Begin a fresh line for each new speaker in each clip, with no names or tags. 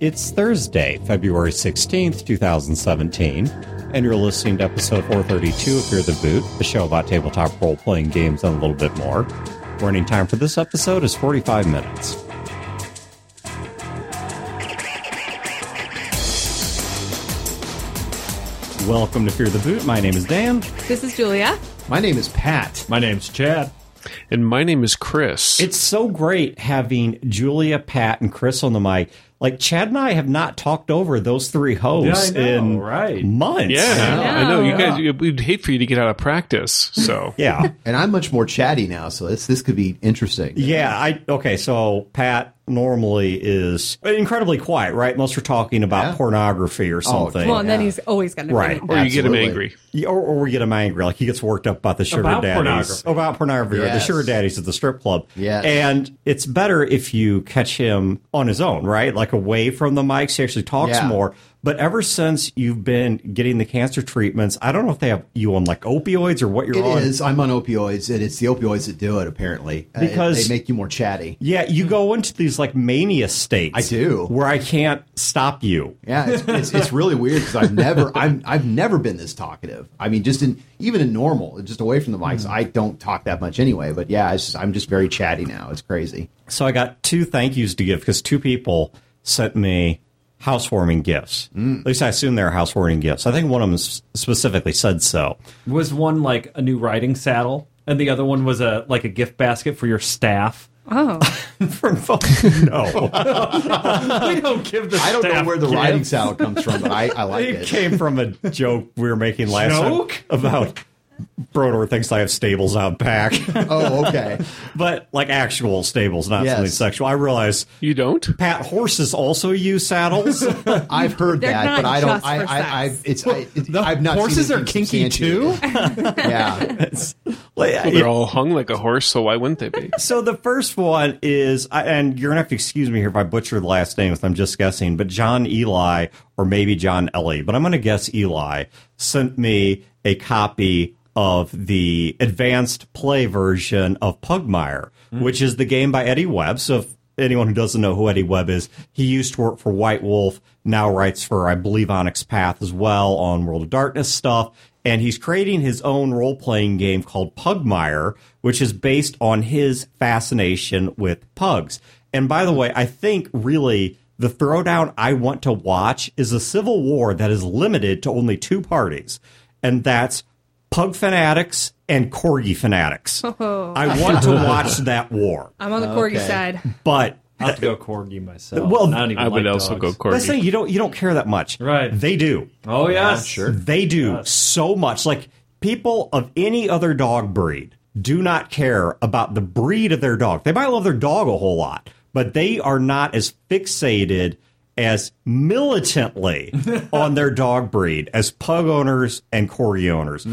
It's Thursday, February 16th, 2017, and you're listening to episode 432 of Fear the Boot, a show about tabletop role playing games and a little bit more. Running time for this episode is 45 minutes. Welcome to Fear the Boot. My name is Dan.
This is Julia.
My name is Pat.
My name's Chad.
And my name is Chris.
It's so great having Julia, Pat, and Chris on the mic. Like Chad and I have not talked over those three hosts
Yeah, I know,
in
right.
months.
yeah,
Yeah.
I know. You
Yeah.
guys, it- we'd hate for you to get out of practice. So
yeah,
And I'm much more chatty now, so this this could be interesting.
yeah. I okay. So Pat normally is incredibly quiet, right? Unless we're talking about
Yeah. Oh,
pornography or something,
Well, and then
Yeah.
he's always going to
Right.
or you get him
Absolutely.
angry.
Yeah, or, or we get him angry. Like he gets worked up about the sugar
About
daddies, Oh,
pornography.
about pornography, or the
Yes.
sugar daddies at the strip club.
Yes.
and it's better if you catch him on his own, right? Like away from the mics, he actually talks
Yeah.
more. But ever since you've been getting the cancer treatments, I don't know if they have you on like opioids or what you're
It
on.
is. I'm on opioids, and it's the opioids that do it. Apparently, Uh,
Because-
they make you more chatty.
Yeah, you go into these like mania states.
I do.
where I can't stop you.
Yeah, it's, it's, it's really weird because I've never I'm I've never been this talkative. I mean, just in even in normal, just away from the mics,
Hmm.
I don't talk that much anyway. But yeah, it's just, I'm just very chatty now. It's crazy.
So I got two thank yous to give because two people sent me housewarming gifts. At least I assume they're housewarming gifts. I think one of them s- specifically said so.
Was one like a new riding saddle, and the other one was a like a gift basket for your staff.
Oh,
From folk- no,
we don't give the.
I don't know
staff
where the riding
gifts.
saddle comes from, but I, I like
it
it.
came from a joke we were making last
Joke?
time about Brodor thinks I have stables out back,
Oh, okay.
but like actual stables, not
Yes.
something sexual. I realize.
You don't?
Pat, horses also use saddles.
I've heard
They're
that,
not
but I don't.
just
I,
for
I, I,
sex.
it's, I, it, I've not.
horses
seen
are
anything
kinky too?
substantiated. yeah,
Well, they're all hung like a horse, so why wouldn't they be?
So the first one is, I- and you're gonna have to excuse me here if I butcher the last name, if I'm just guessing, but John Eli or maybe John Ellie, but I'm gonna guess Eli sent me a copy of the advanced play version of Pugmire, which is the game by Eddie Webb. So if anyone who doesn't know who Eddie Webb is, he used to work for White Wolf, now writes for, I believe, Onyx Path as well on World of Darkness stuff. And he's creating his own role playing game called Pugmire, which is based on his fascination with pugs. And by the way, I think really the throwdown I want to watch is a civil war that is limited to only two parties, and that's pug fanatics and corgi fanatics. I want to watch that war,
I'm on the corgi
Okay.
side.
but
I have to go corgi myself.
Well,
Well, I, don't even
I would
like
also
dogs.
go
that's the
corgi.
thing you don't you don't care that much,
Right.
They do.
Oh yes,
sure.
They do so much. Like people of any other dog breed do not care about the breed of their dog. They might love their dog a whole lot, but they are not as fixated as militantly on their dog breed as pug owners and corgi owners. So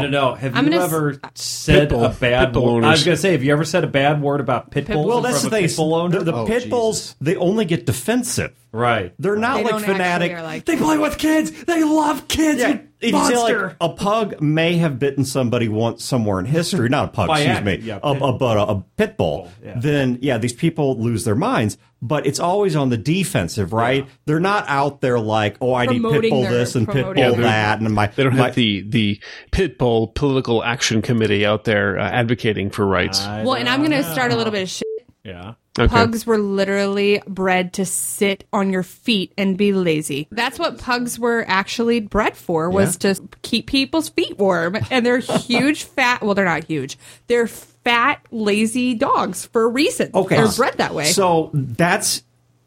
Hmm. I don't know. Have
I'm
you
gonna s-
ever said
Pitbull.
a bad
Pitbull
word? I
owners.
was gonna say, have you ever said a bad word about pit bulls?
well,
in
that's the
front of
thing.
a Pit bull owner?
The, the
Oh,
pit bulls they only get defensive.
right.
They're not
They
like
don't actually
fanatic.
are like-
They play with kids. They love kids.
Yeah,
you
if you say, like,
monster.
a pug may have bitten somebody once somewhere in history, not a pug,
By
excuse me,
accident, yeah,
a,
pit-
a- but a, a pit bull,
yeah.
then yeah, these people lose their minds. But it's always on the defensive, right? They're not out there like, oh, I need pit
Promoting
bull
their-
this and pit bull
promoting
their-
that, and my
They don't
my,
have the the Pitbull Political Action Committee out there uh, advocating for rights.
I
Well, and I'm
don't
going to
know.
start a little bit of shit.
Yeah.
okay.
Pugs were literally bred to sit on your feet and be lazy. That's what pugs were actually bred for was to keep people's feet warm. And they're huge fat, well they're not huge. They're fat lazy dogs for a reason.
Okay.
They're bred that way.
So that's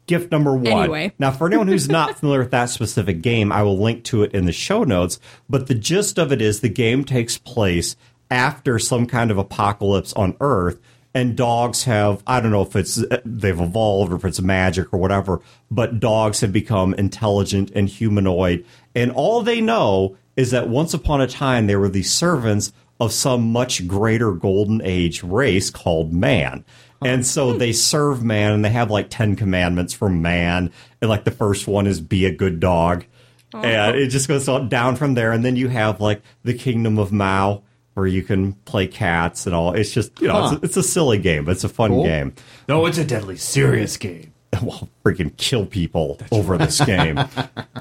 gift number one.
Anyway.
Now, for anyone who's not familiar with that specific game, I will link to it in the show notes. But the gist of it is the game takes place after some kind of apocalypse on Earth. And dogs have, I don't know if it's uh, they've evolved or if it's magic or whatever, but dogs have become intelligent and humanoid. And all they know is that once upon a time they were the servants of some much greater golden age race called man. And so they serve man and they have like 10 commandments from man. And like the first one is be a good dog. And it just goes on down from there. And then you have like the kingdom of Mao where you can play cats and all. It's just, you know, it's, a, it's a silly game, but it's a fun game.
No, it's a deadly serious game.
well, freaking kill people over this game.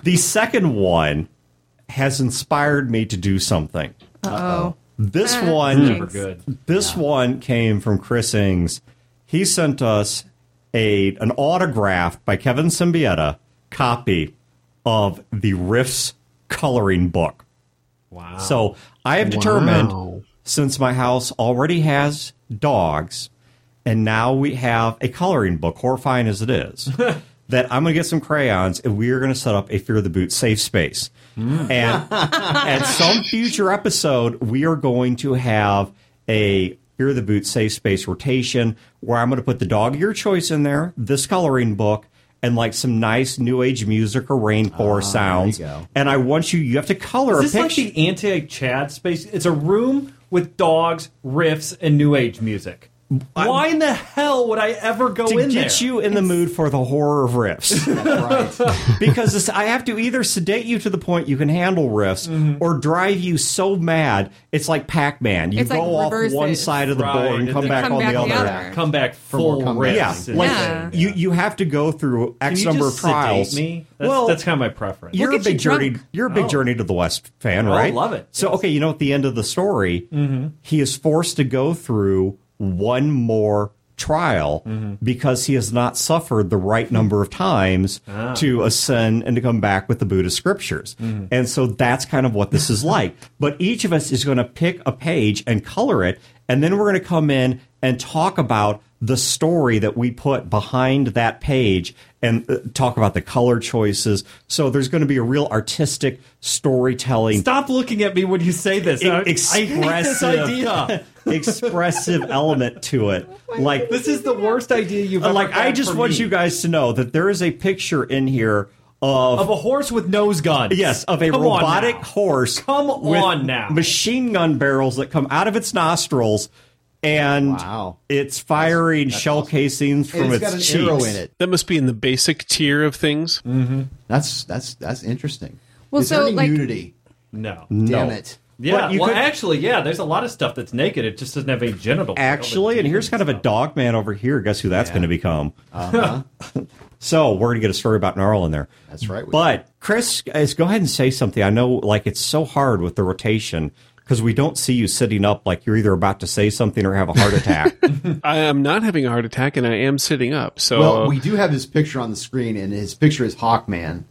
the second one has inspired me to do something.
Oh.
This
Ah,
one,
Never
Super good.
this one came from Chris Ings. He sent us a an autographed by Kevin Symbieta copy of the Riffs coloring book.
Wow.
So I have determined since my house already has dogs, and now we have a coloring book, horrifying as it is, that I'm going to get some crayons and we are going to set up a Fear the Boot safe space.
Mm.
And at some future episode, we are going to have a Fear the Boot safe space rotation where I'm going to put the dog of your choice in there, this coloring book, and like some nice new age music or rainforest
Ah,
sounds.
go.
And I want you, you have to color
Is
a
this
picture.
like the anti-Chad space? It's a room with dogs, riffs, and New Age music. Why in the hell would I ever go
to
in
get
there?
you in the mood for the horror of riffs because this, i have to either sedate you to the point you can handle riffs
Mm-hmm.
or drive you so mad it's like pac-man you
It's like
go off
reverses.
one side of the
Right,
board and
and
come
then
back
come
on
back
the
the
other
other.
come back
more
full
comebacks.
yeah
riffs.
like
Yeah.
you you have to go through
Can
x
you
number
just
of trials
sedate me? That's,
well
that's kind of my preference.
you're
We'll
a
get
big
you
journey.
drunk.
You're a big
Oh.
journey to the West fan,
Oh,
right?
love it.
So
Yes. Mm-hmm.
okay, you know at the end of the story, he is forced to go through one more trial
Mm-hmm.
because he has not suffered the right number of times
Ah.
to ascend and to come back with the Buddhist scriptures.
Mm-hmm.
And so that's kind of what this is like. But each of us is going to pick a page and color it, and then we're going to come in and talk about the story that we put behind that page and uh, talk about the color choices. So there's going to be a real artistic storytelling,
Stop looking at me when you say this.
E-
I, I hate this
expressive.
idea.
expressive element to it. Like
Oh
uh,
This is the worst idea you've ever.
like I
had
just
for
want
me.
you guys to know that there is a picture in here of,
of a horse with nose guns.
yes, of a
Come on
robotic
now.
horse
Come
with
on now.
machine gun barrels that come out of its nostrils and
Wow.
it's firing shell casings
And
from
it's got an
its
arrow
cheeks.
in it.
That must be in the basic tier of things.
That's that's that's interesting.
Well,
Is
so,
there any
like-
nudity?
No.
Damn
No.
it!
Yeah.
But you
well,
could-
actually, yeah. There's a lot of stuff that's naked. It just doesn't have any genitals.
Actually, and here's kind of a dog man over here. Guess who that's going to become? so we're going to get a story about Gnarl in there.
That's right. we-
But Chris, guys, go ahead and say something. I know, like it's so hard with the rotation because we don't see you sitting up like you're either about to say something or have a heart attack.
I am not having a heart attack, and I am sitting up. So
well, we do have his picture on the screen, and his picture is Hawkman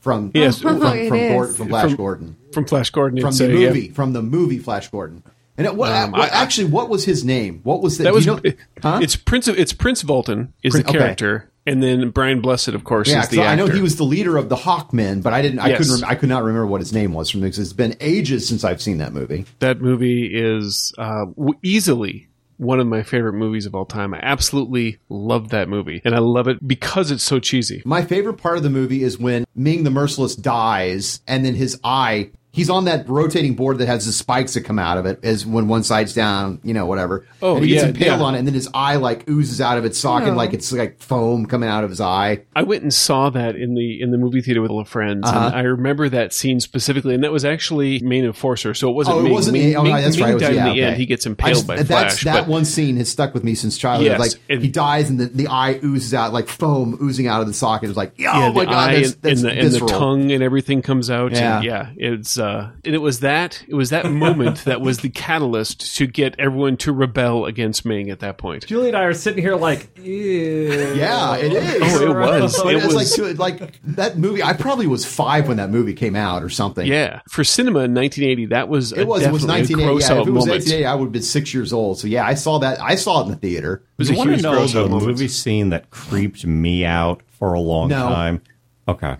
from
Yes.
from, from,
Oh, It
from,
is.
Gordon, from Flash
From-
Gordon.
from Flash Gordon,
from
it's
the
a, yeah.
movie, from the movie Flash Gordon. And it, what,
Um,
what-
I- I-
actually, what was his name? What was the,
That was
do you know- huh?
it's Prince. Of, it's Prince Bolton is
Prin-
the
okay.
character, and then Brian Blessed, of course,
yeah.
is
'cause
the actor.
I know he was the leader of the Hawkmen, but I didn't. I
Yes.
couldn't. Rem- I could not remember what his name was from because it's been ages since I've seen that movie.
That movie is uh, w- easily one of my favorite movies of all time. I absolutely love that movie, and I love it because it's so cheesy.
My favorite part of the movie is when Ming the Merciless dies, and then his eye. He's on that rotating board that has the spikes that come out of it. Is when one side's down, you know, whatever.
Oh,
and he gets
yeah,
impaled
yeah.
on it, and then his eye like oozes out of its socket,
Oh.
like it's like foam coming out of his eye.
I went and saw that in the in the movie theater with a of friends,
Uh-huh.
and I remember that scene specifically. And that was actually main enforcer, so it wasn't.
Oh, it
Ming.
wasn't
Ming,
Ming. Oh,
Ming,
right, that's
Ming
right. It was-
died
yeah,
in the
okay.
end. He gets
I
impaled
just-
by
that's-
Flash.
That
but-
one scene has stuck with me since childhood.
Yes,
like
and-
he dies and the, the eye oozes out like foam oozing out of the socket. It's like, oh my
the
god,
eye
that's,
and-
that's
and, the, and the
visceral.
tongue and everything comes out. and
Yeah.
yeah. It's uh, and it was that it was that moment that was the catalyst to get everyone to rebel against Ming at that point.
Julie and I are sitting here like, ew.
Yeah, it is.
Oh, it was.
But
It
it's
was-
like to- like that movie. I probably was five when that movie came out or something.
Yeah, for cinema in 1980, that was
It was. It was 1980.
definitely a gross
Yeah,
out
if it was
moment.
1980, I would have been six years old. So yeah, I saw that. I saw it in the theater.
It was
you
a
want to
huge
know
gross
the
out moment.
movie scene that creeped me out for a long
No.
time? Okay.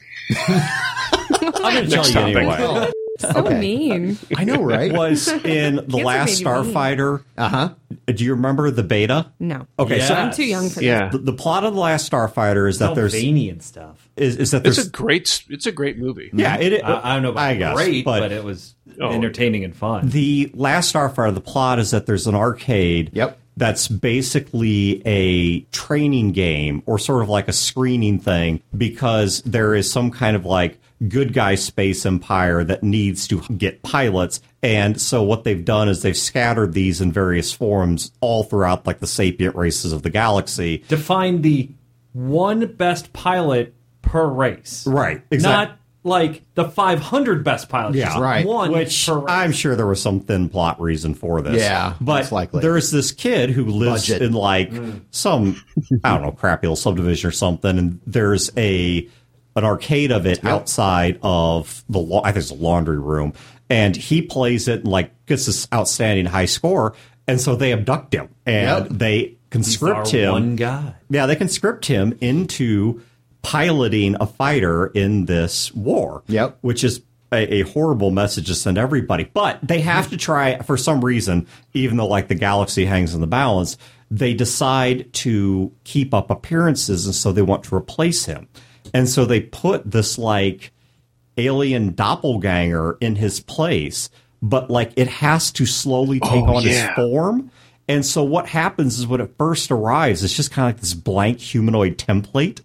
I'm going to tell
Next
you
topic.
anyway.
So mean.
I know, right?
Was in the
made
last
you mean.
Starfighter. Uh huh. Do you remember the beta?
No.
Okay, so
I'm too young for
Yeah,
the, the plot of the last Starfighter is that
That
there's
veiny and stuff.
is, is that
it's
there's
a great it's a great movie.
yeah it,
I, I don't know about
I guess,
great,
but,
but, it was
Oh.
entertaining and fun.
the last Starfighter, the plot is that there's an arcade.
Yep.
That's basically a training game or sort of like a screening thing because there is some kind of like good guy space empire that needs to get pilots. And so what they've done is they've scattered these in various forms all throughout like the sapient races of the galaxy.
Define the one best pilot per race.
Right, exact-
Not like the 500 best pilots.
Yeah.
just
Right.
One
Which
per race.
I'm sure there was some thin plot reason for this.
Yeah,
but
most likely.
there's this kid who lives
Budget.
in like
Mm.
some I don't know crappy little subdivision or something, and there's a an arcade of it outside of the la- I think it's a laundry room, and he plays it and like gets this outstanding high score, and so they abduct him and
Yep.
they conscript
Our
him.
One guy.
Yeah, they conscript him into piloting a fighter in this war.
Yep.
Which is a, a horrible message to send everybody. But they have to try, for some reason, even though like the galaxy hangs in the balance, they decide to keep up appearances and so they want to replace him. And so they put this like alien doppelganger in his place, but like it has to slowly take on his
yeah.
form. And so what happens is when it first arrives, it's just kind of like this blank humanoid template.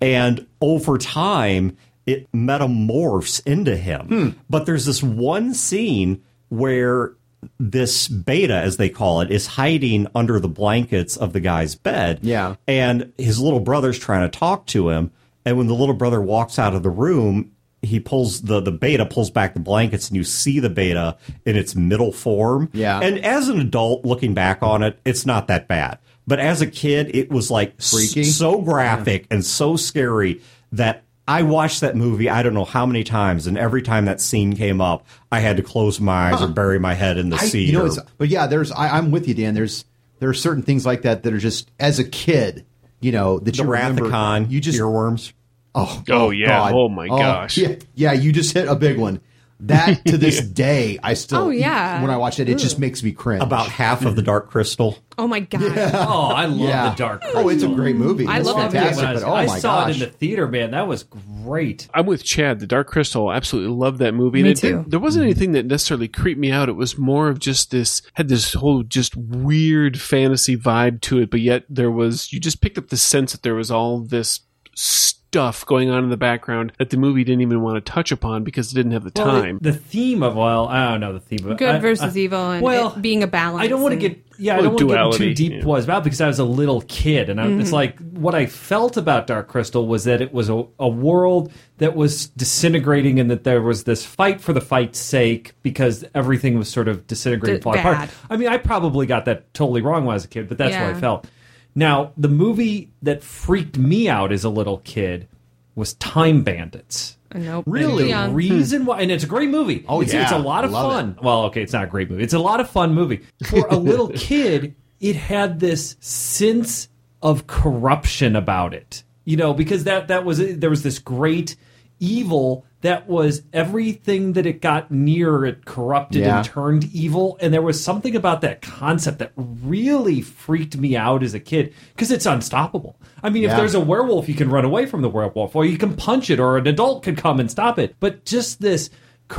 And over time, it metamorphs into him. But there's this one scene where this beta, as they call it, is hiding under the blankets of the guy's bed.
Yeah.
And his little brother's trying to talk to him. And when the little brother walks out of the room, he pulls the, the beta pulls back the blankets and you see the beta in its middle form.
Yeah.
And as an adult looking back on it, it's not that bad. But as a kid, it was like s-
Freaky?
so graphic and so scary that I watched that movie I don't know how many times, and every time that scene came up, I had to close my eyes or bury my head in the
I,
sea.
you know,
or-
it's, but yeah, there's. I, I'm with you, Dan. There's there are certain things like that that are just as a kid, you know, that
the
you remember.
Rathicon,
You just
earworms.
oh
Oh, yeah. Oh, my gosh.
yeah, yeah. You just hit a big one. That to this day, I still.
Oh, yeah.
When I watch it, it just makes me cringe.
About half of the Dark Crystal.
Oh my god.
Oh, I love
yeah.
the dark.
Oh, it's a great movie.
I
it's
love it.
fantastic.
When I,
But oh
I
my
saw
gosh,
it in the theater, man. That was great.
I'm with Chad. The Dark Crystal. I absolutely loved that movie.
Me
and it
too.
didn't- there
Mm-hmm.
wasn't anything that necessarily creeped me out. It was more of just this had this whole just weird fantasy vibe to it, but yet there was you just picked up the sense that there was all this stuff going on in the background that the movie didn't even want to touch upon because it didn't have the
Well,
time.
The, the theme of well, I don't know the theme of
Good
I-
versus
I-
evil and it being a balance
I don't want to
and-
get yeah, I
Well,
don't want to get
duality,
too deep
yeah.
was about because I was a little kid and I, it's
Mm-hmm.
like what I felt about Dark Crystal was that it was a, a world that was disintegrating and that there was this fight for the fight's sake because everything was sort of disintegrating,
D-
falling apart.
bad.
I mean, I probably got that totally wrong when I was a kid, but that's what
Yeah.
I felt. Now, the movie that freaked me out as a little kid was Time Bandits.
Nope.
Really?
Too
The
young.
reason why, and it's a great movie.
Oh,
it's,
yeah.
it's a lot of
Love
fun. Well, okay, it's not a great movie. It's a lot of fun movie for a little kid. It had this sense of corruption about it, you know, because that that was there was this great evil that was everything that it got near it corrupted
Yeah.
and turned evil and there was something about that concept that really freaked me out as a kid because it's unstoppable i mean if
Yeah.
there's a werewolf, you can run away from the werewolf, or you can punch it, or an adult could come and stop it. But just this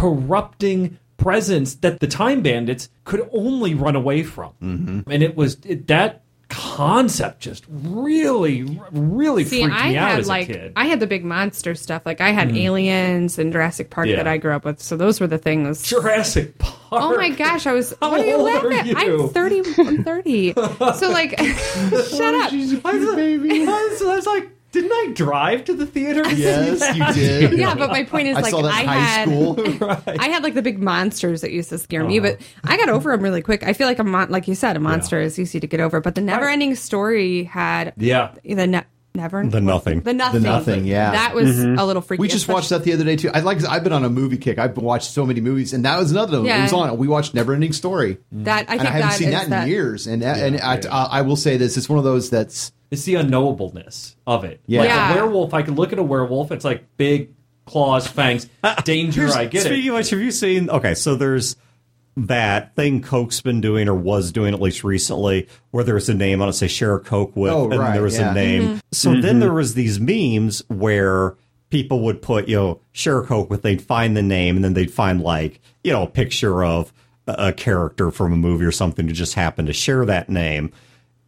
corrupting presence that the time bandits could only run away from, mm-hmm. and it was it, that concept just really, really
See,
freaked
I
me out
had
as
like
a kid. Hmm.
I had the big monster stuff. Like I had aliens and Jurassic Park
Yeah.
that I grew up with. So those were the things.
Jurassic Park.
Oh my gosh, I was.
How
what are you
old
laughing
are
at?
you?
I'm 30. I'm 30. So, like, shut up.
I was, I was- I was like, didn't I drive to the theater? to see
yes,
that?
you did.
Yeah, but my point is,
I
like,
saw that
I
in high
had.
school.
I had like the big monsters that used to scare me,
Uh-huh.
but I got over them really quick. I feel like a mon- like you said, a monster is easy to get over, but the never ending story had
Yeah.
the ne- never
The nothing.
the nothing
The Nothing, yeah.
that was a little freaky.
We just watched that the other day too. I like. I've been on a movie kick. I've watched so many movies, and that was another one. It
Yeah.
was on. We watched Neverending Story,
that. I think
and I haven't
that
seen
is
that in
that-
years. And and I, I, I will say this: it's one of those that's
It's the unknowableness of it.
Yeah.
Like
Yeah.
a werewolf, I can look at a werewolf, it's like big claws, fangs, danger, I get
Uh, Speaking
it.
of which, have you seen? Okay, so there's that thing Coke's been doing or was doing at least recently, where there was a name on it, say Share a Coke with,
Oh,
and
right,
there was
yeah. Mm-hmm.
a name. So then there was these memes where people would put, you know, Share a Coke with, they'd find the name, and then they'd find like, you know, a picture of a a character from a movie or something who just happened to share that name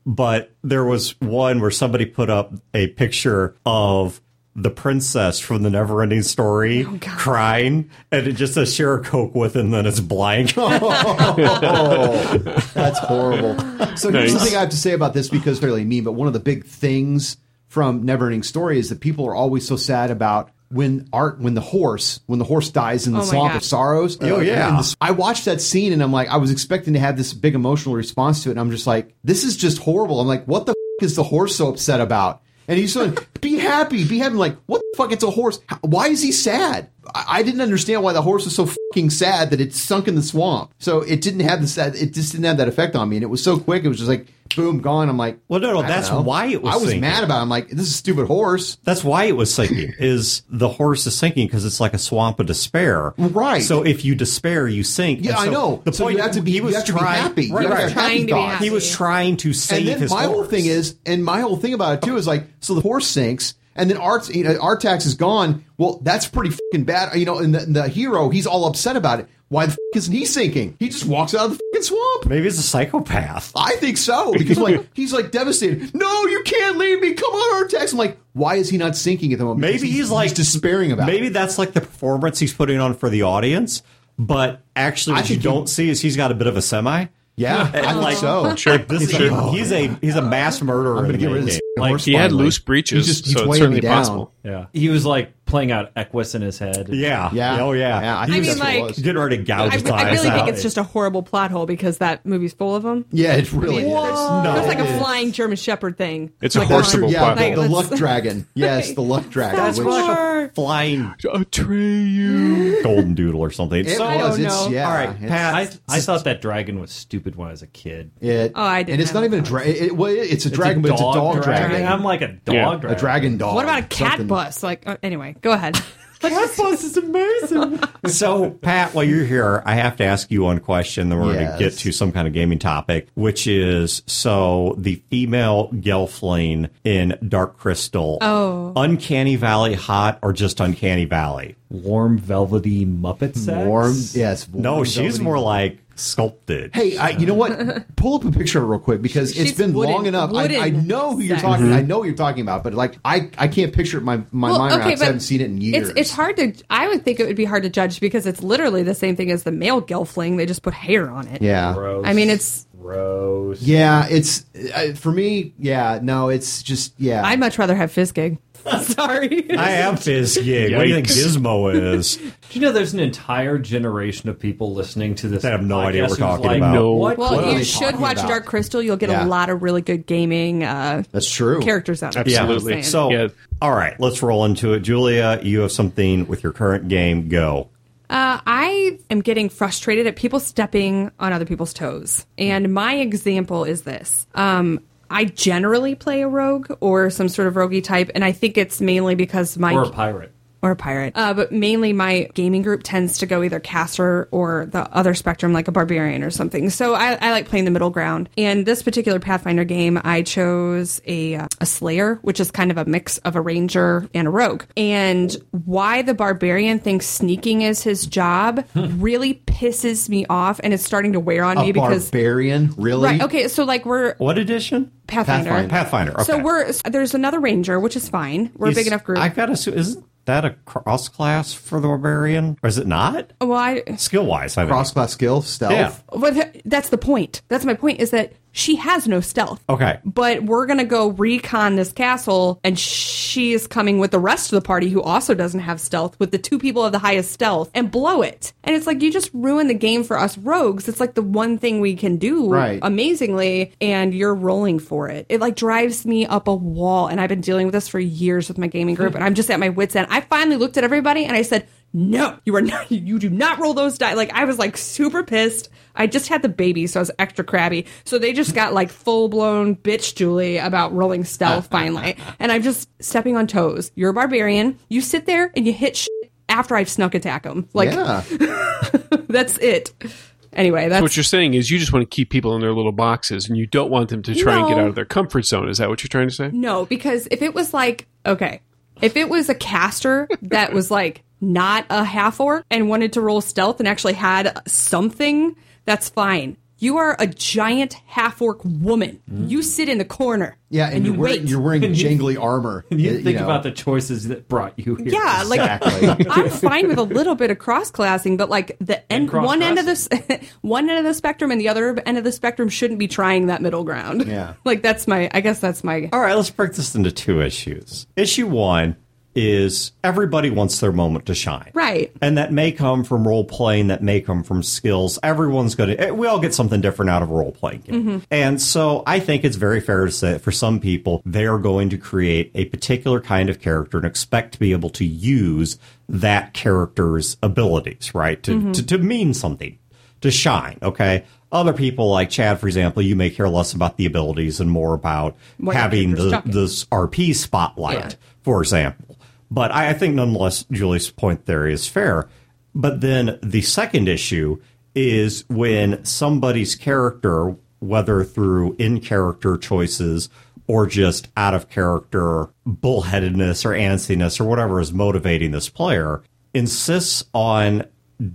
but there was one where somebody put up a picture of the princess from the Neverending Story crying, and it just says "share a coke with," and then it's blank.
oh, that's horrible. So here's
Nice.
something I have to say about this because they're really mean, but one of the big things from Neverending Story is that people are always so sad about when art when the horse when the horse dies in the
Oh my
swamp
God.
of sorrows.
Oh, yeah.
And this- I watched that scene and I'm like, I was expecting to have this big emotional response to it, and I'm just like, this is just horrible. I'm like, what the f- is the horse so upset about? And he's like, be happy, be happy. I'm like, what the fuck? It's a horse. How- Why is he sad? I, I didn't understand why the horse was so fucking sad that it sunk in the swamp. So it didn't have this. that- It just didn't have that effect on me, and it was so quick. It was just like, boom, gone. I'm like,
Well, no, no,
I don't
that's
know.
why it was
I was
sinking.
mad about. It. I'm like, this is a stupid horse.
That's why it was sinking. Is the horse is sinking because it's like a swamp of despair,
Right.
So if you despair, you sink.
Yeah,
And
I
so
know.
The
So
point
you have to be-
he
you
was
have to be
trying,
happy. You
Right,
have to
right.
have happy
Trying to be
thoughts.
happy.
He was trying to save
and then
his
my
horse.
whole thing is, and my whole thing about it too is like, so the horse sinks, and then Art's, you know, Artax is gone. Well, that's pretty fucking bad, you know. And the, the hero, he's all upset about it. Why the fuck isn't he sinking? He just walks out of the fucking swamp.
maybe it's a psychopath.
I think so because like he's like devastated. No, you can't leave me. Come on, Artax. I'm like, why is he not sinking at the moment?
Maybe
Because
he's, like
despairing about.
Maybe
it.
that's like the performance he's putting on for the audience. But actually,
I
what you
think he-
don't see is he's got a bit of a semi.
yeah, I think
like-
so.
Sure.
Like this is
Sure.
a, he's a he's a mass murderer.
I'm gonna
in
get
the
rid of
game.
this
Like,
horse.
He had
finally.
loose
He's
breeches,
just- he's
so it's
weighing me
certainly
down.
possible.
Yeah. He was like playing out Equus in his head.
yeah,
Yeah.
oh yeah.
Yeah, I
He
think
was
mean,
that's what it
like-
was.
getting ready to gouge
I,
his
I
eyes
really
out.
think it's just a horrible plot hole because that movie's full of them.
Yeah, it really is.
No.
There's like
It
a
is.
flying German Shepherd thing.
It's a
Like,
horse- horseable
True, yeah,
plot
the,
hole.
the
Let's-
luck dragon. Yes, the luck dragon.
That's
which-
what-
flying
Atreyu.
golden doodle or something.
It
so,
was.
don't
it's,
know.
Yeah,
all right,
it's-
Pat.
I, I thought that dragon was stupid when I was a kid.
It,
Oh, I didn't
And it's
have
not even a
that.
dragon. It, it- well, it's a dragon, but it's a dog dragon.
I'm like a dog
Yeah.
dragon.
a dragon dog.
What about a cat
Something-
bus? Like, uh, anyway, go ahead.
Cat boss is amazing.
so, Pat, while you're here, I have to ask you one question. Then we're going
Yes.
to get to some kind of gaming topic, which is so the female Gelfling in Dark Crystal.
Oh.
Uncanny Valley hot or just Uncanny Valley?
Warm velvety Muppet sex.
Warm, yes. warm
No, she's
velvety-
more like sculpted.
Hey, I, you know what? Pull up a picture real quick because
She's
it's been
wooden-
long enough. I, I
wooden
know who you're
sex.
talking. I know who you're talking about, but like I, I can't picture it in my my
Well,
mind. right now 'cause
but
I haven't seen it in years.
It's, it's hard to. I would think it would be hard to judge because it's literally the same thing as the male gelfling. They just put hair on it.
Yeah.
Gross.
I mean, it's.
gross.
Yeah, it's uh, for me. Yeah, no, it's just yeah.
I'd much rather have Fiskig. Sorry.
I have this gig. What do you think
Yikes.
Gizmo is?
Do you know there's an entire generation of people listening to this?
They have no idea
podcast
what we're
who's
talking
like,
about.
No.
What?
well,
are
you
they
should
talking
watch
about?
Dark Crystal. You'll get
Yeah.
a lot of really good gaming uh,
That's true.
characters out of it.
Absolutely.
That's what I'm saying.
So,
Yeah.
all right, let's roll into it. Julia, you have something with your current game. Go.
Uh, I am getting frustrated at people stepping on other people's toes. And my example is this. Um, I generally play a rogue or some sort of roguey type, and I think it's mainly because my
Or a pirate.
or a pirate. Uh, but mainly my gaming group tends to go either caster or the other spectrum, like a barbarian or something. So I, I like playing the middle ground. And this particular Pathfinder game, I chose a, uh, a slayer, which is kind of a mix of a ranger and a rogue. And why the barbarian thinks sneaking is his job really pisses me off, and it's starting to wear on me
a
because.
barbarian, really?
Right. Okay. So, like, we're
What edition?
Pathfinder.
Pathfinder.
Pathfinder. Okay.
So we're there's another ranger, which is fine. We're a big enough group.
I gotta assume isn't that a cross class for the barbarian, or is it not?
well, I
Skill wise, I mean.
Cross class skill, stealth.
Yeah.
But th- that's the point. That's my point is that she has no stealth.
Okay.
But we're going to go recon this castle, and she is coming with the rest of the party who also doesn't have stealth, with the two people of the highest stealth, and blow it. And it's like, you just ruin the game for us rogues. It's like the one thing we can do
Right.
amazingly, and you're rolling for it. It like drives me up a wall. And I've been dealing with this for years with my gaming group, and I'm just at my wits' end. I finally looked at everybody and I said, no, you are not. You do not roll those dice. Like I was like super pissed. I just had the baby, so I was extra crabby. So they just got like full blown bitch Julie about rolling stealth finally, and I'm just stepping on toes. You're a barbarian. You sit there and you hit shit after I've snuck attack them. Like
yeah.
that's it. Anyway, that's
What you're saying is you just want to keep people in their little boxes and you don't want them to try and get
No.
out of their comfort zone. Is that what you're trying to say?
No, because if it was like, okay, if it was a caster that was like not a half orc and wanted to roll stealth and actually had something, that's fine. You are a giant half orc woman. You sit in the corner.
Yeah, and,
and, you
you're, wearing,
wait.
you're wearing jangly armor.
You think
know.
about the choices that brought you here.
yeah, like
Exactly.
I'm fine with a little bit of cross classing, but like the end, one end of this, one end of the spectrum and the other end of the spectrum shouldn't be trying that middle ground.
Yeah.
like that's my. I guess that's my.
All right, let's break this into two issues. Issue one is everybody wants their moment to shine.
Right.
And that may come from role playing, that may come from skills. Everyone's going to, we all get something different out of role playing. game. And so I think it's very fair to say that for some people, they're going to create a particular kind of character and expect to be able to use that character's abilities, right? To, to, to mean something to shine. Okay. Other people like Chad, for example, you may care less about the abilities and more about
What your
having
character's
the,
talking.
this RP spotlight,
Yeah.
for example. But I, I think nonetheless, Julie's point there is fair. But then the second issue is when somebody's character, whether through in character choices or just out of character bullheadedness or antsiness or whatever is motivating this player, insists on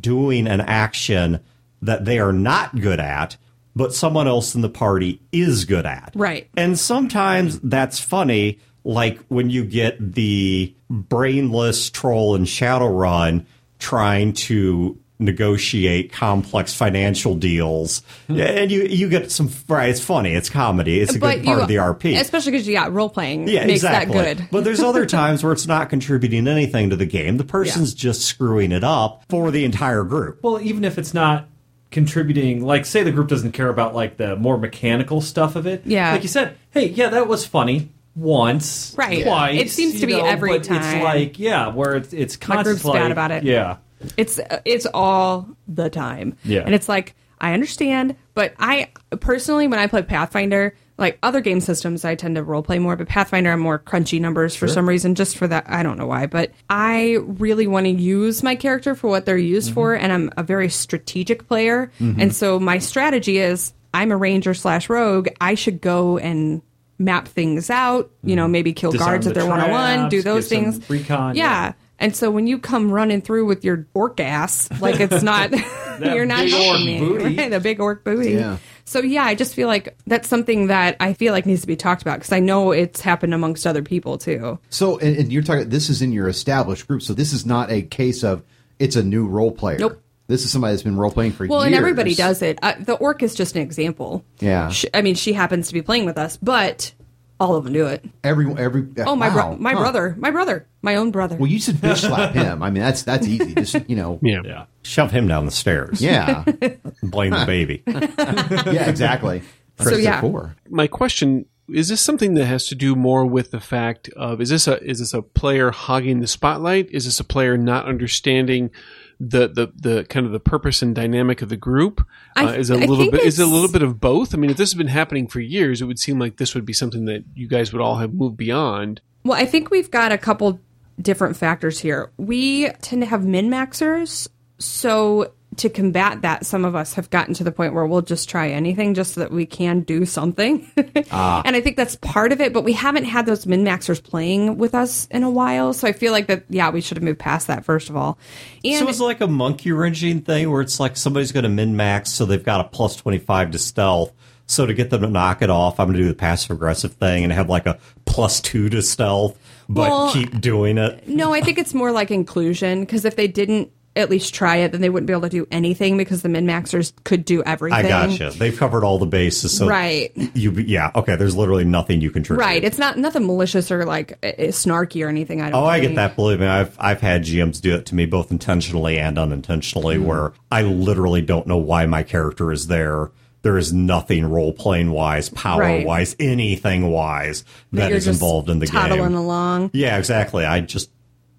doing an action that they are not good at, but someone else in the party is good at.
Right.
And sometimes that's funny, like when you get the brainless troll in Shadowrun trying to negotiate complex financial deals,
Hmm.
and you you get some. Right, it's funny. It's comedy. It's a good part of the RP.
especially because yeah, role playing
Yeah,
makes
exactly.
that good.
but there's other times where it's not contributing anything to the game. The person's just screwing it up for the entire group.
Well, even if it's not contributing, like say the group doesn't care about like the more mechanical stuff of it.
Yeah.
Like you said, hey, yeah, that was funny once,
Right.
Twice.
It seems
you
to be every
but
time.
It's like yeah, where it's it's
My
constant.
group's
like,
bad about it.
Yeah.
It's it's all the time.
Yeah.
And it's like I understand, but I personally when I play Pathfinder, like other game systems I tend to role play more, but Pathfinder I'm more crunchy numbers for some reason just for that I don't know why, but I really want to use my character for what they're used for
Mm-hmm.
and I'm a very strategic player. And so my strategy is I'm a ranger slash rogue. I should go and map things out, you know, maybe kill
Mm-hmm. Disarm
guards
the
if they're one on one, do
traps,
those
give some
things.
recon,
yeah.
yeah.
And so when you come running through with your orc ass, like it's not, you're not
big orc
helping me.
booty.
Right, the big orc booty.
Yeah.
So yeah, I just feel like that's something that I feel like needs to be talked about because I know it's happened amongst other people too.
So, and, and you're talking. This is in your established group, so this is not a case of it's a new role player.
Nope.
This is somebody that's been role playing for years.
Well, and everybody does it. Uh, the orc is just an example.
Yeah.
She, I mean, she happens to be playing with us, but all of them do it.
Every every. uh,
Oh my
wow,
bro- my
huh.
brother, my brother, my own brother.
Well, you should bitch slap him. I mean, that's that's easy. Just you know.
Yeah.
Yeah.
Shove him down the stairs.
Yeah.
Blame the baby.
Yeah. Exactly.
So, yeah.
Four.
my question is this something that has to do more with the fact of is this a is this a player hogging the spotlight is this a player not understanding the the, the kind of the purpose and dynamic of the group
I-
uh, is it
I
a little
think
bit is it a
it's-
little bit of both i mean if this has been happening for years it would seem like this would be something that you guys would all have moved beyond
Well, I think we've got a couple different factors here. We tend to have min maxers. So, to combat that, some of us have gotten to the point where we'll just try anything just so that we can do something.
Ah.
And I think that's part of it, but we haven't had those min maxers playing with us in a while. So, I feel like that, yeah, we should have moved past that, first of all. And
so it's like a monkey wrenching thing where it's like somebody's going to min max, so they've got a plus 25 to stealth. So to get them to knock it off, I'm going to do the passive aggressive thing and have like a plus two to stealth, but
Well,
keep doing it.
No, I think it's more like inclusion because if they didn't at least try it, then they wouldn't be able to do anything because the min maxers could do everything.
I gotcha. They've covered all the bases. So
Right.
You, yeah. Okay. There's literally nothing you can trigger.
Right. It's not nothing malicious or like uh, snarky or anything. I don't.
Oh, I get
think.
that. Believe me, I've I've had GMs do it to me both intentionally and unintentionally,
Mm.
where I literally don't know why my character is there. There is nothing role playing wise, power
Right.
wise, anything wise that
You're
is
just
involved in the
toddling
game.
along.
Yeah, exactly. I just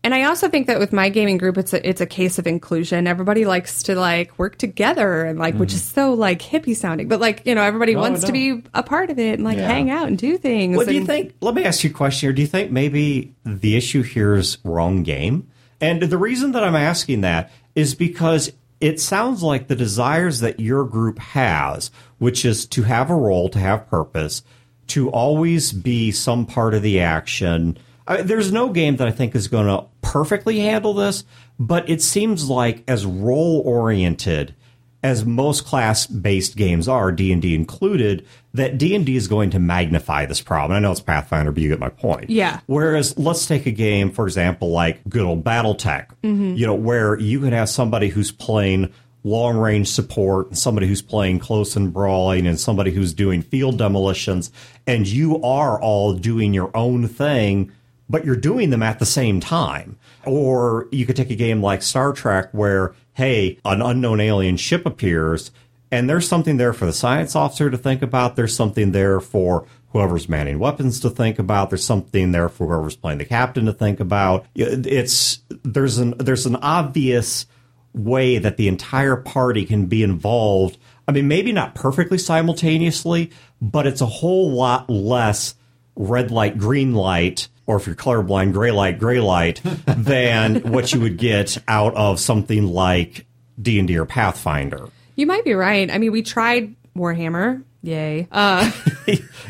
And I also think that with my gaming group, it's a it's a case of inclusion. Everybody likes to like work together and like,
Mm.
which is so like hippie sounding, but like you know, everybody wants to be a part of it and like hang out and do things.
Well, do you
and-
think? Let me ask you a question here. Do you think maybe the issue here is wrong game? And the reason that I'm asking that is because it sounds like the desires that your group has, which is to have a role, to have purpose, to always be some part of the action. I, there's no game that I think is going to perfectly handle this, but it seems like as role oriented as most class-based games are, D&D included, that D&D is going to magnify this problem. I know it's Pathfinder, but you get my point.
Yeah.
Whereas let's take a game, for example, like good old Battletech, you know, where you could have somebody who's playing long range support and somebody who's playing close and brawling and somebody who's doing field demolitions, and you are all doing your own thing, but you're doing them at the same time. Or you could take a game like Star Trek where, hey, an unknown alien ship appears and there's something there for the science officer to think about. There's something there for whoever's manning weapons to think about. There's something there for whoever's playing the captain to think about. It's there's an there's an obvious way that the entire party can be involved. I mean, maybe not perfectly simultaneously, but it's a whole lot less red light, green light, or if you're colorblind, gray light, gray light, than what you would get out of something like D and D or Pathfinder.
You might be right. I mean, we tried Warhammer. Yay. Uh,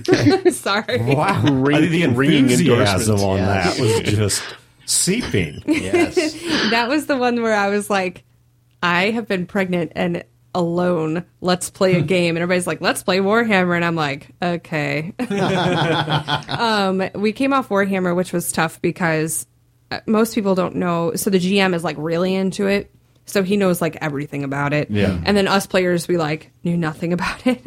sorry.
Wow,
Ring-
the
ringing
enthusiasm
endorsement.
on
Yeah.
that was just seeping.
Yes.
That was the one where I was like, I have been pregnant and alone. Let's play a game. And everybody's like, let's play Warhammer. And I'm like, okay. um, we came off Warhammer, which was tough because uh, most people don't know. So the GM is like really into it. So he knows like everything about it.
Yeah.
And then us players, we like knew nothing about it.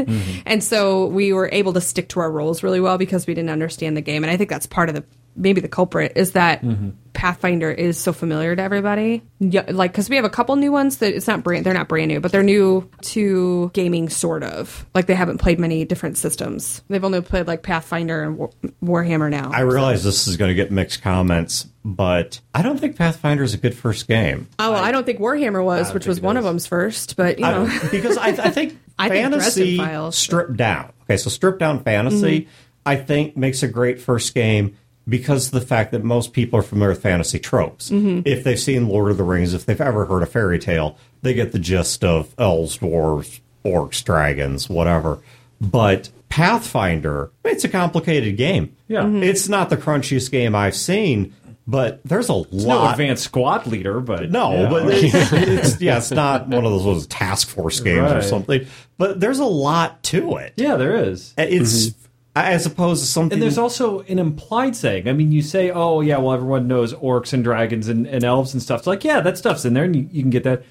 And so we were able to stick to our roles really well because we didn't understand the game. And I think that's part of the maybe the culprit is that
Mm-hmm.
Pathfinder is so familiar to everybody. Yeah, like because we have a couple new ones that it's not brand they're not brand new, but they're new to gaming sort of. Like they haven't played many different systems. They've only played like Pathfinder and War- Warhammer now.
I realize this is going to get mixed comments, but I don't think Pathfinder is a good first game
oh, I, don't think Warhammer was, which was one of them's first, but you know.
I- because I, I think
I think
fantasy
Dresden Files- Mm-hmm.
stripped down. Okay, so stripped down fantasy, I think, makes a great first game because of the fact that most people are familiar with fantasy tropes.
Mm-hmm.
If they've seen Lord of the Rings, if they've ever heard a fairy tale, they get the gist of elves, dwarves, orcs, dragons, whatever. But Pathfinder, it's a complicated game.
Yeah.
Mm-hmm.
Mhm.
it's not the crunchiest game I've seen, but there's a
No
lot.
advanced squad leader, but
No,
Yeah.
but it's, it's yeah, it's not one of those, those task force games or
Right.
something. But there's a lot to it.
yeah, there is.
It's
Mm-hmm.
as opposed to something.
And there's also an implied saying. I mean, you say, "Oh, yeah, well, everyone knows orcs and dragons and, and elves and stuff." It's like, yeah, that stuff's in there, and you, you can get that.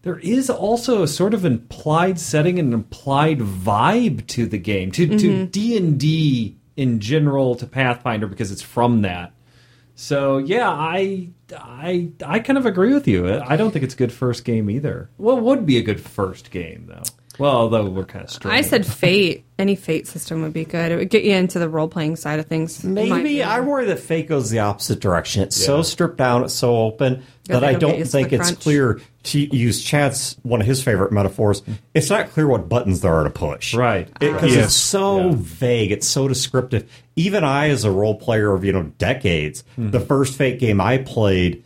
There is also a sort of implied setting and implied vibe to the game, to to D and D in general, to Pathfinder because it's from that. So yeah, I I I kind of agree with you. I don't think it's a good first game either. What would be a good first game though? Well, although we're kind of straight.
I said Fate. Any Fate system would be good. It would get you into the role playing side of things. Might be.
maybe I worry that Fate goes the opposite direction. It's so stripped down, it's so open that
they
I
don't get
don't
used to
think
the
it's
crunch.
clear to use Chad's one of his favorite metaphors. It's not clear what buttons there are to push.
Right.
because
Yes.
it's so
Yeah.
vague, it's so descriptive. Even I, as a role player of you know decades,
Hmm.
the first Fate game I played,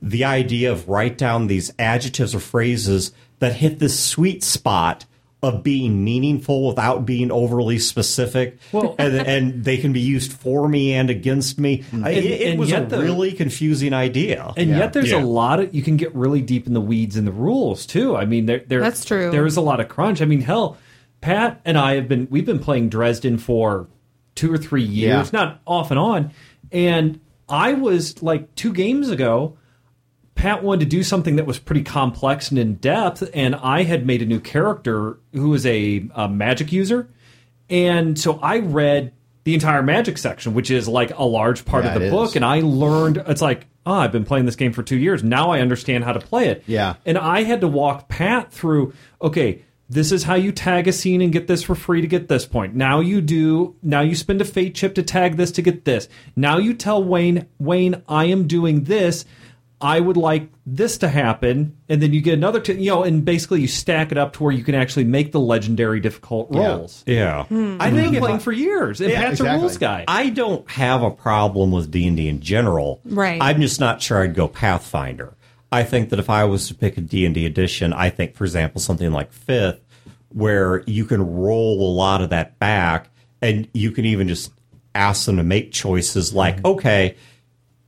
the idea of write down these adjectives or phrases that hit this sweet spot of being meaningful without being overly specific, and, and they can be used for me and against me. I- it, it
Hmm. and
was a
yet the-
really confusing idea.
And
Yeah.
yet, there's
Yeah.
a lot of you can get really deep in the weeds in the rules too. I mean, there, there
That's true.
There is a lot of crunch. I mean, hell, Pat and I have been we've been playing Dresden for two or three
Yeah.
years, not off and on. And I was like two games ago. Pat wanted to do something that was pretty complex and in depth, and I had made a new character who was a, a magic user, and so I read the entire magic section, which is like a large part
Yeah,
of the
it
book,
is.
and I learned it's like, oh, I've been playing this game for two years. Now I understand how to play it.
Yeah.
And I had to walk Pat through, okay, this is how you tag a scene and get this for free to get this point. Now you do now you spend a fate chip to tag this to get this. Now you tell Wayne, Wayne, I am doing this. I would like this to happen, and then you get another, t- you know, and basically you stack it up to where you can actually make the legendary difficult
Yeah. Mm-hmm.
rolls.
yeah, I
I've been
think if
playing
I-
for years, and
Yeah,
Pat's a
exactly.
rules guy.
I don't have a problem with D and D in general.
Right.
I'm just not sure I'd go Pathfinder. I think that if I was to pick a D and D edition, I think, for example, something like Fifth, where you can roll a lot of that back, and you can even just ask them to make choices like, okay,